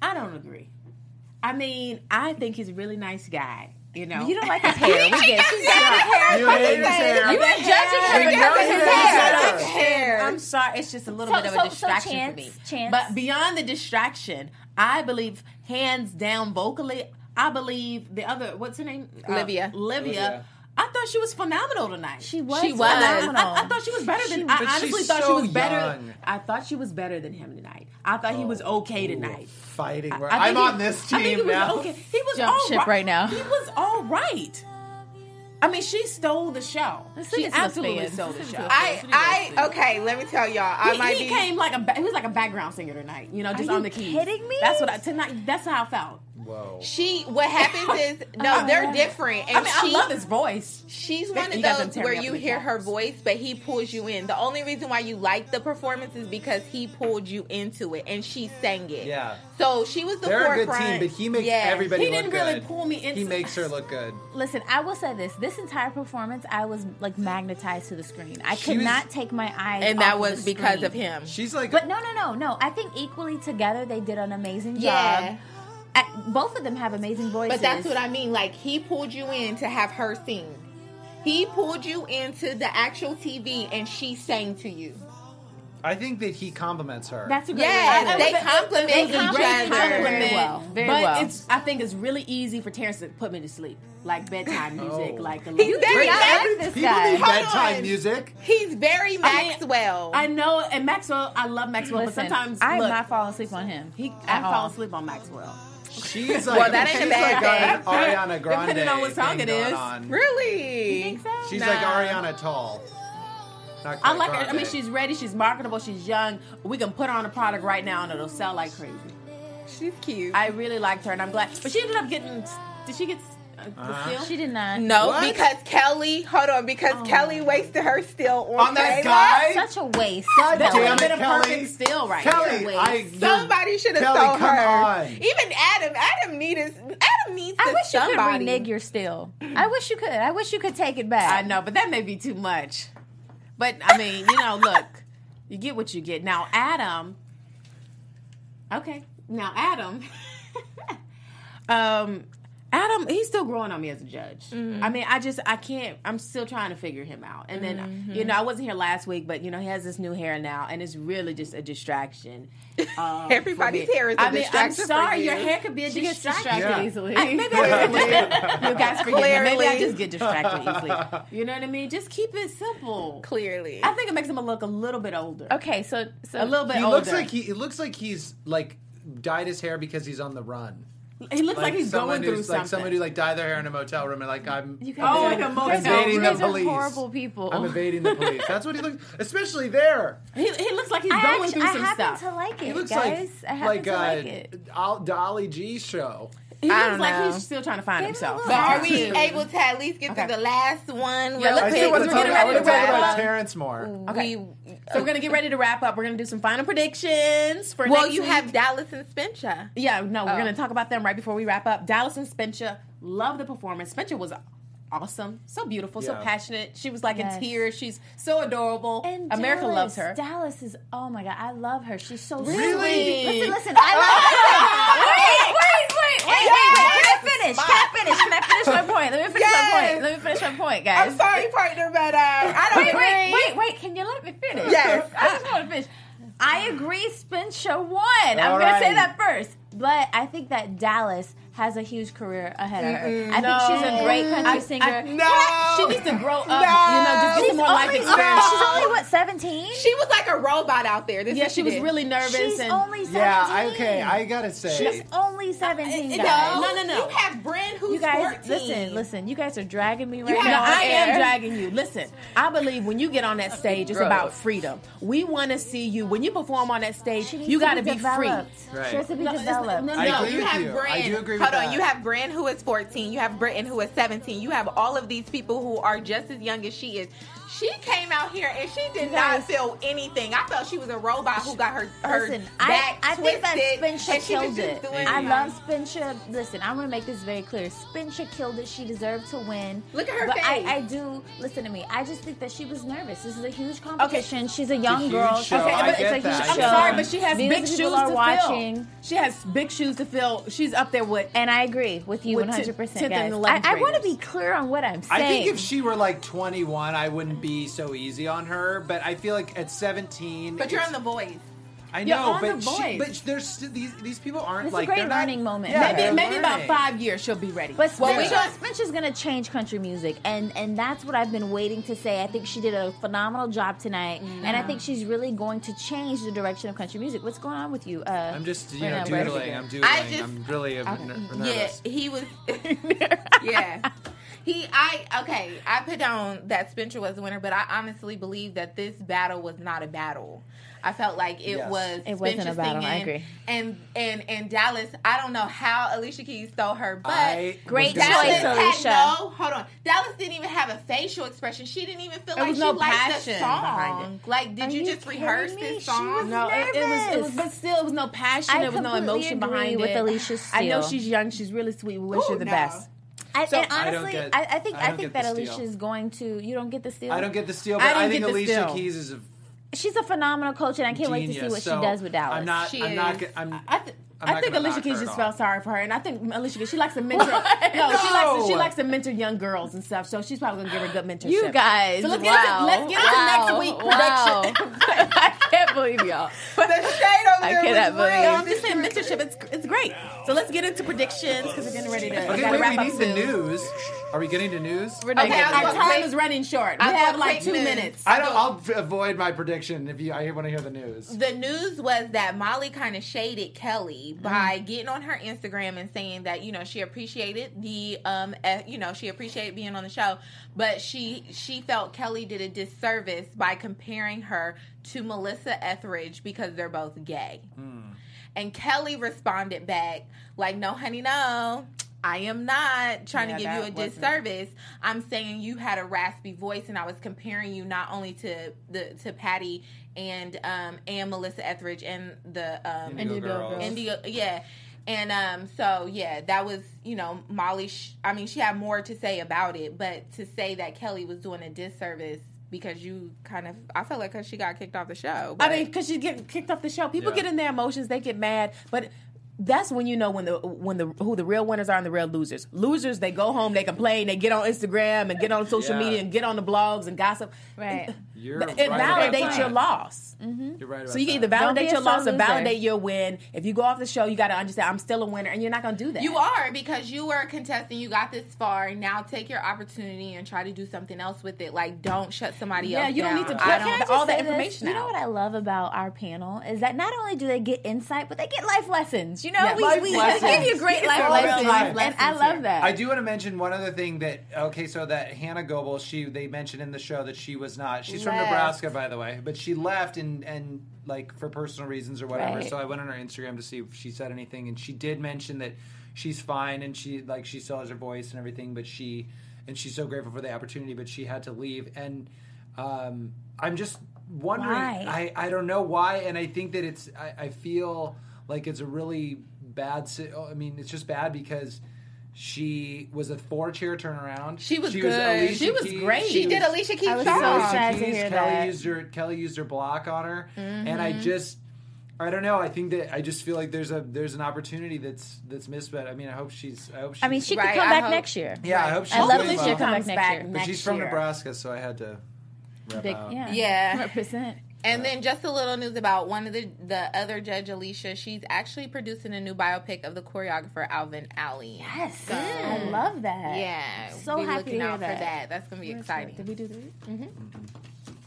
I don't agree. I mean, I think he's a really nice guy. You know, You don't like his hair. We get she's got her hair. You hate his hair. You been judging her She because of knows his his hair. hair. I'm sorry, it's just a little So- bit of so- a so distraction Chance- for me. Chance. But beyond the distraction, I believe hands down vocally, I believe the other what's her name? Uh, Olivia. Olivia. Olivia. I thought she was phenomenal tonight. She was She was. I, phenomenal. I- I thought she was better than. But I she's honestly thought so she was better. young. Oh, I thought she was better than him tonight. I thought he was okay tonight. Fighting. where- I I'm think on he- this I think he team was now. Okay. He was Jump all ship right. right now. He was all right. I mean, she stole the show. Let's she look at some absolutely fans. stole the Let's show. look at I, I, I, okay, let me tell y'all. I he, might he be. came like a ba- he was like a background singer tonight. You know, just you on the keys. kidding me? That's what I tonight. That's how I felt. Whoa. She, what happens is, no, they're different. And Oh, I mean, she, I love his voice. She's They- one you of got them those tearing where up you in the hear her comments. voice, but he pulls you in. The only reason why you like the performance is because he pulled you into it, and she sang it. Yeah. So she was the They're a good forefront. team, but he makes Yeah. everybody He look didn't really good. pull me into- He makes her look good. Listen, I will say this: this entire performance, I was like magnetized to the screen. I She could was- not take my eyes. and that off was of the because screen. of him. She's like. But no, no, no, no. I think equally together they did an amazing job. Yeah. I- both of them have amazing voices. But that's what I mean. Like he pulled you in to have her sing. He pulled you into the actual TV, and she sang to you. I think that he compliments her. That's a great. Yeah, idea. they It was a- compliment it was a each other. great compliment. Very well, very but well. it's I think it's really easy for Terrence to put me to sleep, like bedtime music, Oh. like a He's little. very I Max- like this People guy. need Hold bedtime on. music. He's very I mean, Maxwell. I know, and Maxwell, I love Maxwell, Listen, but sometimes I'm look, not falling asleep on him. he, I at all. fall asleep on Maxwell. She's like. that ain't a she's bad like thing. Ari- Ariana Grande. Depending on what song thing it is. going on. really? She's Nah. like Ariana Tall. Not I quite like her. I Grande. mean, she's ready. She's marketable. She's young. We can put her on a product right now, and it'll sell like crazy. She's cute. I really liked her, and I'm glad. But she ended up getting. Did she get uh, the steal? She did not. No, What? because Kelly. Hold on, because Kelly wasted her still on, on that Taylor. guy. Such a waste. God No. damn would've it, been a Kelly. perfect steal right Kelly, there. I, you're- Somebody should have Kelly, sold come her. on. Even Adam. Adam needs. Adam needs. I to wish you could somebody. renege your steal. I wish you could. I wish you could take it I back. know, but that may be too much. But I mean, you know, look, you get what you get. Now, Adam. Okay, now Adam. um, Adam, he's still growing on me as a judge. I mean, I just I can't. I'm still trying to figure him out. And then you know, I wasn't here last week, but you know, he has this new hair now, and it's really just a distraction. um, for Everybody's me. hair is a I mean, I'm distraction for sorry, you. your hair could be a She gets distraction. distracted Yeah. easily. I- maybe I just you guys forgive me. Maybe I Clearly. just get distracted easily. You know what I mean? Just keep it simple. Clearly. I think it makes him look a little bit older. okay, so so A little bit he older. looks like he. It looks like he's like dyed his hair because he's on the run. He looks like, he's someone going through who's something. like someone who like dyed their hair in a motel room and like I'm. You guys Oh, are- in a you motel guys evading are- the you guys are police. horrible people. I'm evading the police. That's what he looks. Especially there. he, he looks like he's I, going actu- through I some happen stuff. to like it, He looks guys. I like happen like to uh, like it. Al- Dolly G show. He I looks don't like know. he's still trying to find Give him a himself. little But are Me we too. able to at least get Okay. through the last one? Yeah, real let's I Okay, quick? still want to we're talk getting about, I ready wanna to talk wrap about up. Terrence more. Okay. We, so we're gonna get ready to wrap up. We're gonna do some final predictions for. well, next you week. have Dallas and Spencer. Yeah, no, we're Oh. gonna talk about them right before we wrap up. Dallas and Spencer, love the performance. Spencer was awesome, so beautiful, so Yeah. passionate. She was like Yes. in tears. She's so adorable. And America Dallas- loves her. Dallas is oh my god, I love her. She's so Really? sweet. Listen, listen, I love her. Wait, wait, wait, wait, wait, wait. Can I finish? Can I finish? Can I finish my point? Let me finish my Yes. point. Let me finish my point, guys. partner, but uh, I Wait, wait, wait, wait. Can you let me finish? Yes. I just want to finish. I agree, Spencer won. I'm All gonna right. say that first. But I think that Dallas has a huge career ahead of her. I think she's a great country singer. No. She needs to grow up. No. You know, just get She's some more life only, experience. she's only what, 17? She was like a robot out there. This yeah, is she was it. really nervous. She's and only 17. Yeah. I- okay. I gotta say. She's only 17, No. guys. No, No, no, no. You have Brynn, who's You guys, 14. listen, listen. You guys are dragging me right have- No, now. on I am air. dragging you. Listen, I believe when you get on that stage, it's about freedom. We want to see you when you perform on that stage. She needs You to got to be free. developed. Right. She has to be No, it's- developed. no, No, I agree you with have you. Brynn. I do agree with Hold on, that. you have Brynn who is 14. You have Britton who is 17. You have all of these people who are just as young as she is. She came out here and she did You not guys- feel anything. I felt she was a robot who got her her Listen, I, back I think twisted. that Spencer and she was killed just it. doing I her- love Spencer. Listen, I want to make this very clear. Spencer killed it. She deserved to win. Look at her but face. I, I do listen to me. I just think that she was nervous. This is a huge competition. She's a young huge girl. show. Okay, I it's get a huge that. I'm Show. sorry, but she has Millions big of shoes people to are watching. fill. She has big shoes to fill. She's up there with. And I agree with you With 100%. tenth and guys. I, eleventh I want to graders. be clear on what I'm saying. I think if she were like 21, I wouldn't be so easy on her. But I feel like at 17, But you're it's- on the voice. I You're know, on but The she, Voice. but there's st- these these people aren't It's a like great they're not- learning moment. Yeah, Maybe, they're maybe about learning. five years she'll be ready. But Well, Spencer, we got- Spencer's gonna change country music, and and that's what I've been waiting to say. I think she did a phenomenal job tonight, and I think she's really going to change the direction of country music. What's going on with you? Uh, I'm just you right know now, Brad? doodling. I'm doodling. I just- I'm really a ner- Yeah, nervous. he was. yeah, he. I okay. I put down that Spencer was the winner, but I honestly believe that this battle was not a battle. I felt like it Yes. was. It wasn't Spencer a battle, I singing, agree. And and and Dallas. I don't know how Alicia Keys stole her, but I Great was gonna Dallas choice, say- Alicia. had no. Hold on, Dallas didn't even have a facial expression. She didn't even feel There like was she no liked the passion behind song. Like, did Are you, you just rehearse kidding me? this She song? was No, it, it was. It was, nervous. but still, it was no passion. I there was no completely emotion agree behind with it. Alicia I know Steele. she's young. She's really sweet. We wish Ooh, her the no. best. I, So- and I don't honestly, I, get- I, think I I, don't think get that the Alicia steal. is going to. You don't get the steal. I don't get the steal, I but I, didn't think get the Alicia steal. Keys is a She's a phenomenal coach, and I can't wait to see genius, what so she does with Dallas. I'm not. She I'm not. is. g- I'm. I, th- I'm I not think gonna Alicia knock Keys her at just all. felt sorry for her, and I think Alicia Keys she likes to mentor. no, she likes to, she No. likes to mentor young girls and stuff. So she's probably gonna give her good mentorship. You guys, so let's wow, get into, let's get into wow, next week wow. prediction. I can't believe y'all. the shade over I there cannot was believe. real. No, I'm just saying mentorship. It's it's great. So let's get into predictions because we're getting ready to we Okay, gotta wait. wrap We up need the soon. news. Are we getting to news? We're not Okay, getting into I was Our it. gonna- time is running short. We I've have got like quick two news. minutes. I don't. I'll v- avoid my prediction if you. I want to hear the news. the news was that Molly kind of shaded Kelly by getting on her Instagram and saying that you know she appreciated the um eh, you know she appreciated being on the show, but she she felt Kelly did a disservice by comparing her to Melissa Etheridge because they're both gay. And Kelly responded back like, "No, honey, no." I am not trying Yeah, to give that you a wasn't- disservice. I'm saying you had a raspy voice, and I was comparing you not only to the to Patty and um and Melissa Etheridge and the um Indigo Indigo Girls. Girls. Indigo, yeah. And um, so yeah, that was you know Molly. Sh- I mean, she had more to say about it, but to say that Kelly was doing a disservice because you kind of, I felt like 'cause she got kicked off the show. I but- mean, because she's getting kicked off the show. People Yeah. get in their emotions, they get mad, but that's when you know when the when the who the real winners are and the real losers. Losers, they go home, they complain, they get on Instagram and get on social Yeah. media and get on the blogs and gossip. Right. You're But right Mm-hmm. it about validates that. your loss. Mm-hmm. You're right about So you can that. either validate be a your loss sore or loser. validate your win. If you go off the show, you got to understand I'm still a winner, and you're not going to do that. You are because you were a contestant. You got this far. Now take your opportunity and try to do something else with it. Like don't shut somebody Yeah, else. you don't down. need to I put- don't. Can I just all say the this? information. You know what I love about our panel is that not only do they get insight, but they get life lessons. You know, Yeah, we, life we lessons. give you great It's life all lessons, real life and lessons I love here. that. I do want to mention one other thing that okay, so that Hannah Goebel, she they mentioned in the show that she was not. She's from Left. Nebraska, by the way, but she left and and like for personal reasons or whatever. Right. So I went on her Instagram to see if she said anything, and she did mention that she's fine and she like she still has her voice and everything, but she and she's so grateful for the opportunity, but she had to leave. And um, I'm just wondering, Why? I I don't know why, and I think that it's I, I feel like it's a really bad. si- oh, I mean, it's just bad because. She was a four chair turnaround. She was good. She was great. She did Alicia Keys' I was so song. Alicia sad to Keys, hear Kelly that. Mm-hmm. used her Kelly used her block on her, and I just. I don't know. I think that I just feel like there's a there's an opportunity that's that's missed. But I mean, I hope she's. I hope she's. I mean, she Right, could come I back hope- next year. Yeah, I hope she's. I love doing that well. she'll come back comes next back year. But next she's from year. Nebraska, so I had to. Rep Big- out. yeah, Yeah. hundred percent. And then just a little news about one of the the other judge, Alicia. She's actually producing a new biopic of the choreographer Alvin Alley. Yes, I love that. Yeah, So be happy looking to hear out for that. that. That's gonna be Did exciting. Mm-hmm. we do Mm-hmm. that?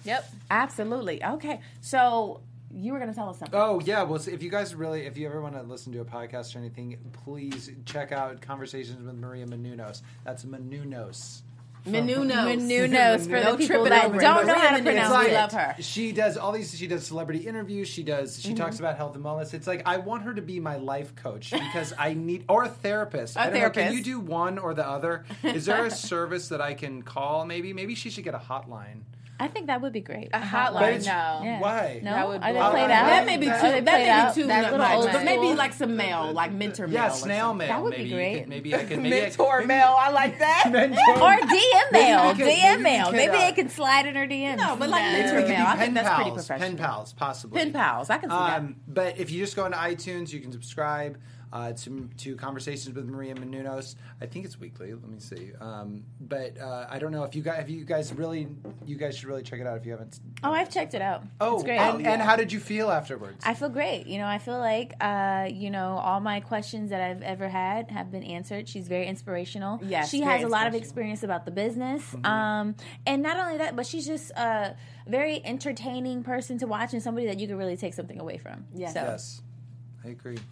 Yep. Absolutely. Okay. So you were going to tell us something. Oh yeah. Well, so if you guys really, if you ever want to listen to a podcast or anything, please check out Conversations with Maria Menounos. That's Menounos. Menunos. Menunos for the No people tripping that over it. don't know Maria how to Menounos. pronounce We it. love her. She does all these. She does celebrity interviews. She does. She talks about health and wellness. It's like I want her to be my life coach because I need or a therapist. I don't Know, therapist. can you do one or the other? Is there a service that I can call? Maybe. Maybe she should get a hotline. I I think that would be great. A But hotline. it's- No. Yeah. Why? No, That would are they blow. played Uh, out? That may be too. Are they That played may out? be too That little much, old but maybe school? like some mail, like mentor mail. Yeah, or snail something. mail. That would be maybe you great. could- maybe I could. Maybe I- Mentor mail. I like that. or DM mail, we could- maybe DM we mail. could, Maybe uh, they can slide in her DM. No, but like Maybe mentor we could do mail. I think pen that's pretty pals, professional. Pen pals, possibly. Pen pals. I can see Um, but if you just go into iTunes, you can subscribe uh, to, to Conversations with Maria Menounos. I think it's weekly. Let me see. Um, but uh, I don't know if you guys, if you guys really, you guys should really check it out if you haven't. Oh, I've checked it out. Oh, it's great. and, and how did you feel afterwards? I feel great. You know, I feel like uh, you know all my questions that I've ever had have been answered. She's very inspirational. Yes, she very has a lot of inspirational. experience about the business. Um, and not only that, but she's just a very entertaining person to watch and somebody that you can really take something away from. Yes. So, yes, I agree. that.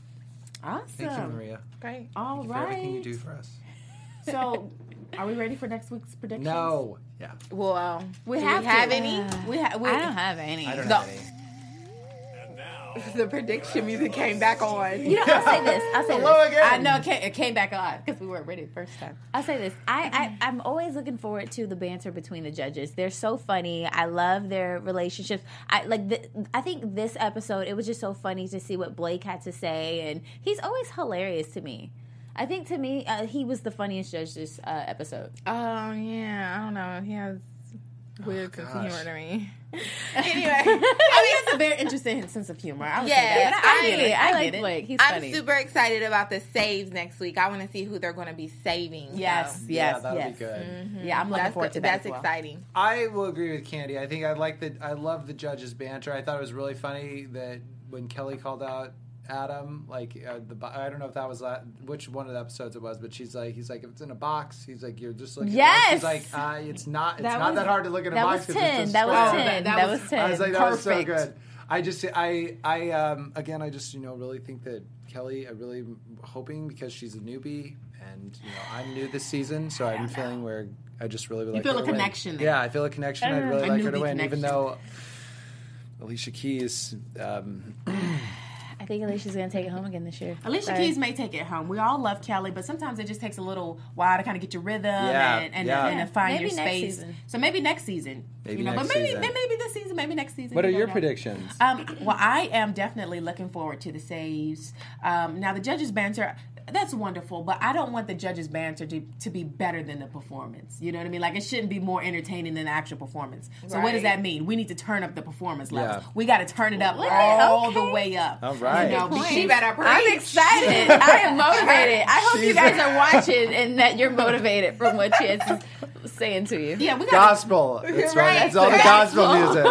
Awesome. Thank you, Maria, Great. All for everything you right. do for us. So, are we ready for next week's predictions? No, yeah, Well, we Do have, we have to. any. We ha- we, Uh, I don't have any. I don't No. have any. And now, The prediction music came back on. You know, I'll say this. I'll say Hello this. again. I know it came, it came back on because we weren't ready the first time. I'll say this. I, I I'm always looking forward to the banter between the judges. They're so funny. I love their relationships. I like. The, I think this episode it was just so funny to see what Blake had to say, and he's always hilarious to me. I think to me uh, he was the funniest judge this uh, episode. Oh yeah, I don't know. He has weird sense of gosh. humor to me. anyway, I mean, it's Oh, a very interesting sense of humor. I would say Yes, that. But I, I- get it. I, I get like it. Blake. He's I'm funny. super excited about the saves next week. I want to see who they're going to be saving. so Yes, yes, yeah, that would yes. Mm-hmm. be good. Yeah, I'm looking that's forward to that. that's as well. exciting. I will agree with Candy. I think I like the I love the judges' banter. I thought it was really funny that when Kelly called out Adam, like uh, the bo- I don't know if that was la- which one of the episodes it was, but she's like he's like if it's in a box, he's like you're just looking. at it." Yes! she's like uh, it's not it's That not was- that hard to look at a That box. was 'cause it's ten. just That was square. Oh, ten. that That was- was I ten. was like that was so Perfect. good. I just I I um again I just you know really think that Kelly I really am hoping because she's a newbie and you know I'm new this season so I'm feeling where I just really would like feel her a to win. connection there. Yeah, I feel a connection. I'd really A like her to newbie win, even connection. though Alicia Keys. Um, I think Alicia's gonna take it home again this year. Alicia Sorry. Keys may take it home. We all love Kelly, but sometimes it just takes a little while to kind of get your rhythm Yeah, and, and, yeah. and to find Maybe your next space. season. So maybe next season. Maybe you know, next but maybe season. maybe this season, maybe next season. what are you your don't know. predictions? Um, well, I am definitely looking forward to the saves. Um, now, the judges' banter, that's wonderful, but I don't want the judges' banter to, to be better than the performance. You know what I mean? Like, it shouldn't be more entertaining than the actual performance. So, what does Right. that mean? We need to turn up the performance levels. Yeah. We got to turn it up What? all Okay. the way up. All right. You know, Good because- She better preach. I'm excited. I am motivated. I hope you guys are watching and that you're motivated from what Chance is saying to you. Yeah, we got to Gospel. It's right. Right. It's all the gospel music.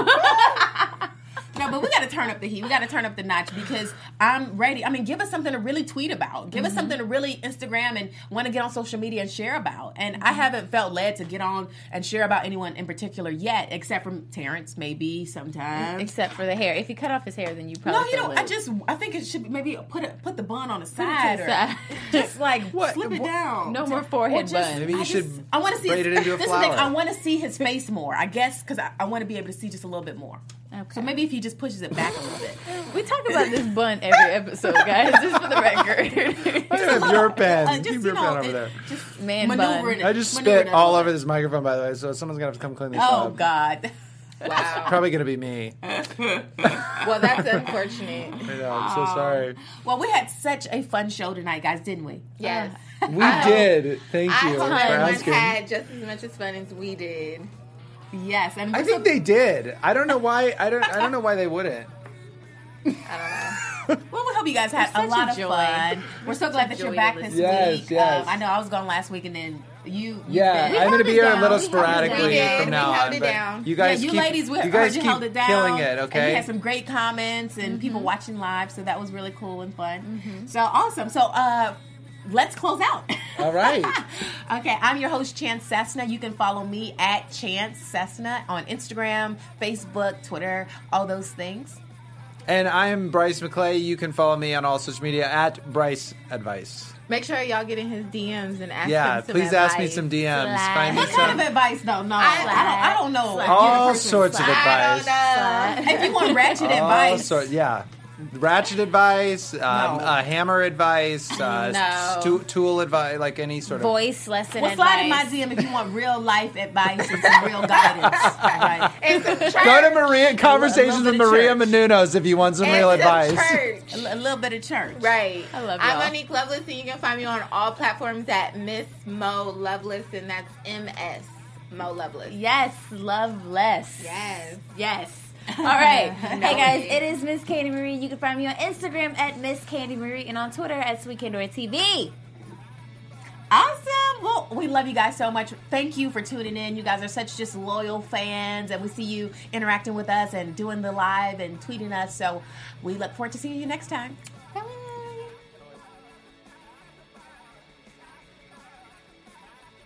no, but we got to turn up the heat. We got to turn up the notch because I'm ready. I mean, give us something to really tweet about. Give us Mm-hmm. something to really Instagram and want to get on social media and share about. And Mm-hmm. I haven't felt led to get on and share about anyone in particular yet, except from Terrence, maybe sometimes. Except for the hair. If you cut off his hair, then you probably no, you feel know, I it. just I think it should be maybe put a, put the bun on the the side or side. just like What- slip it what- down. no more forehead Or bun. Maybe you I should just- I want to see braid his- it into a this is the thing, flower. I want to see his face more, I guess, because I, I want to be able to see just a little bit more. Okay. So maybe if he just pushes it back a little bit. we talk about this bun every episode, guys, just for the record. Look at your pen. Uh, just, Keep you your know, pen over it- there. just Man maneuver bun. it- I just maneuver spit it all a over little this microphone, by the way, so someone's gonna have to come clean this bit. up. Oh God! Wow. Probably gonna be me. well, that's unfortunate. I know, I'm so sorry. Well, we had such a fun show tonight, guys, didn't we? Yes. We did. Thank I you hope for everyone asking. had just as much as fun as we did. Yes, and I think they did. I don't know why. I don't. I don't know why they wouldn't. Well, we hope you guys had such a lot a of joy. fun. We're so glad that joy you're to back listen this to. Yes, week. yes. Um, I know I was gone last week, and then you. you've Yeah, been- I'm gonna held be it here a down. little We held it sporadically down. We did. from We now held on. it but down. You Yeah, guys, you keep, ladies, we you guys heard you keep held it down. killing it. And Okay. you had some great comments and people watching live, so that was really cool and fun. So awesome. So uh, let's close out. All right. okay, I'm your host Chance Cessna. You can follow me at Chance Cessna on Instagram, Facebook, Twitter, all those things. and I'm Bryce McClay. You can follow me on all social media at Bryce Advice. Make sure y'all get in his DMs and ask Yeah, him some please ask me advice. some DMs. Slide. Find me What kind of some. advice though? No, I, Slide. Oh. don't, I don't know. All sorts of I advice. don't know. If you want ratchet All advice, sorts. Oh, Yeah. ratchet advice, um, uh, hammer advice, uh, No. stu- tool advice, like any sort of. Voice lesson Well, slide in my advice. DM if you want real life advice and some real guidance. Right? And some church, Go to Maria Conversations with Little bit of Maria church. Menounos if you want some and real some advice. church. A little bit of church. Right. I love y'all. I'm Monique Lovelace, and you can find me on all platforms at Miss Mo Lovelace, and that's M S Mo Lovelace. Yes, love less. Yes. Yes. All right. hey guys, it is Miss Candy Marie. You can find me on Instagram at Miss Candy Marie and on Twitter at Sweet Candy Marie TV. Awesome. Well, we love you guys so much. Thank you for tuning in. You guys are such just loyal fans, and we see you interacting with us and doing the live and tweeting us. So we look forward to seeing you next time.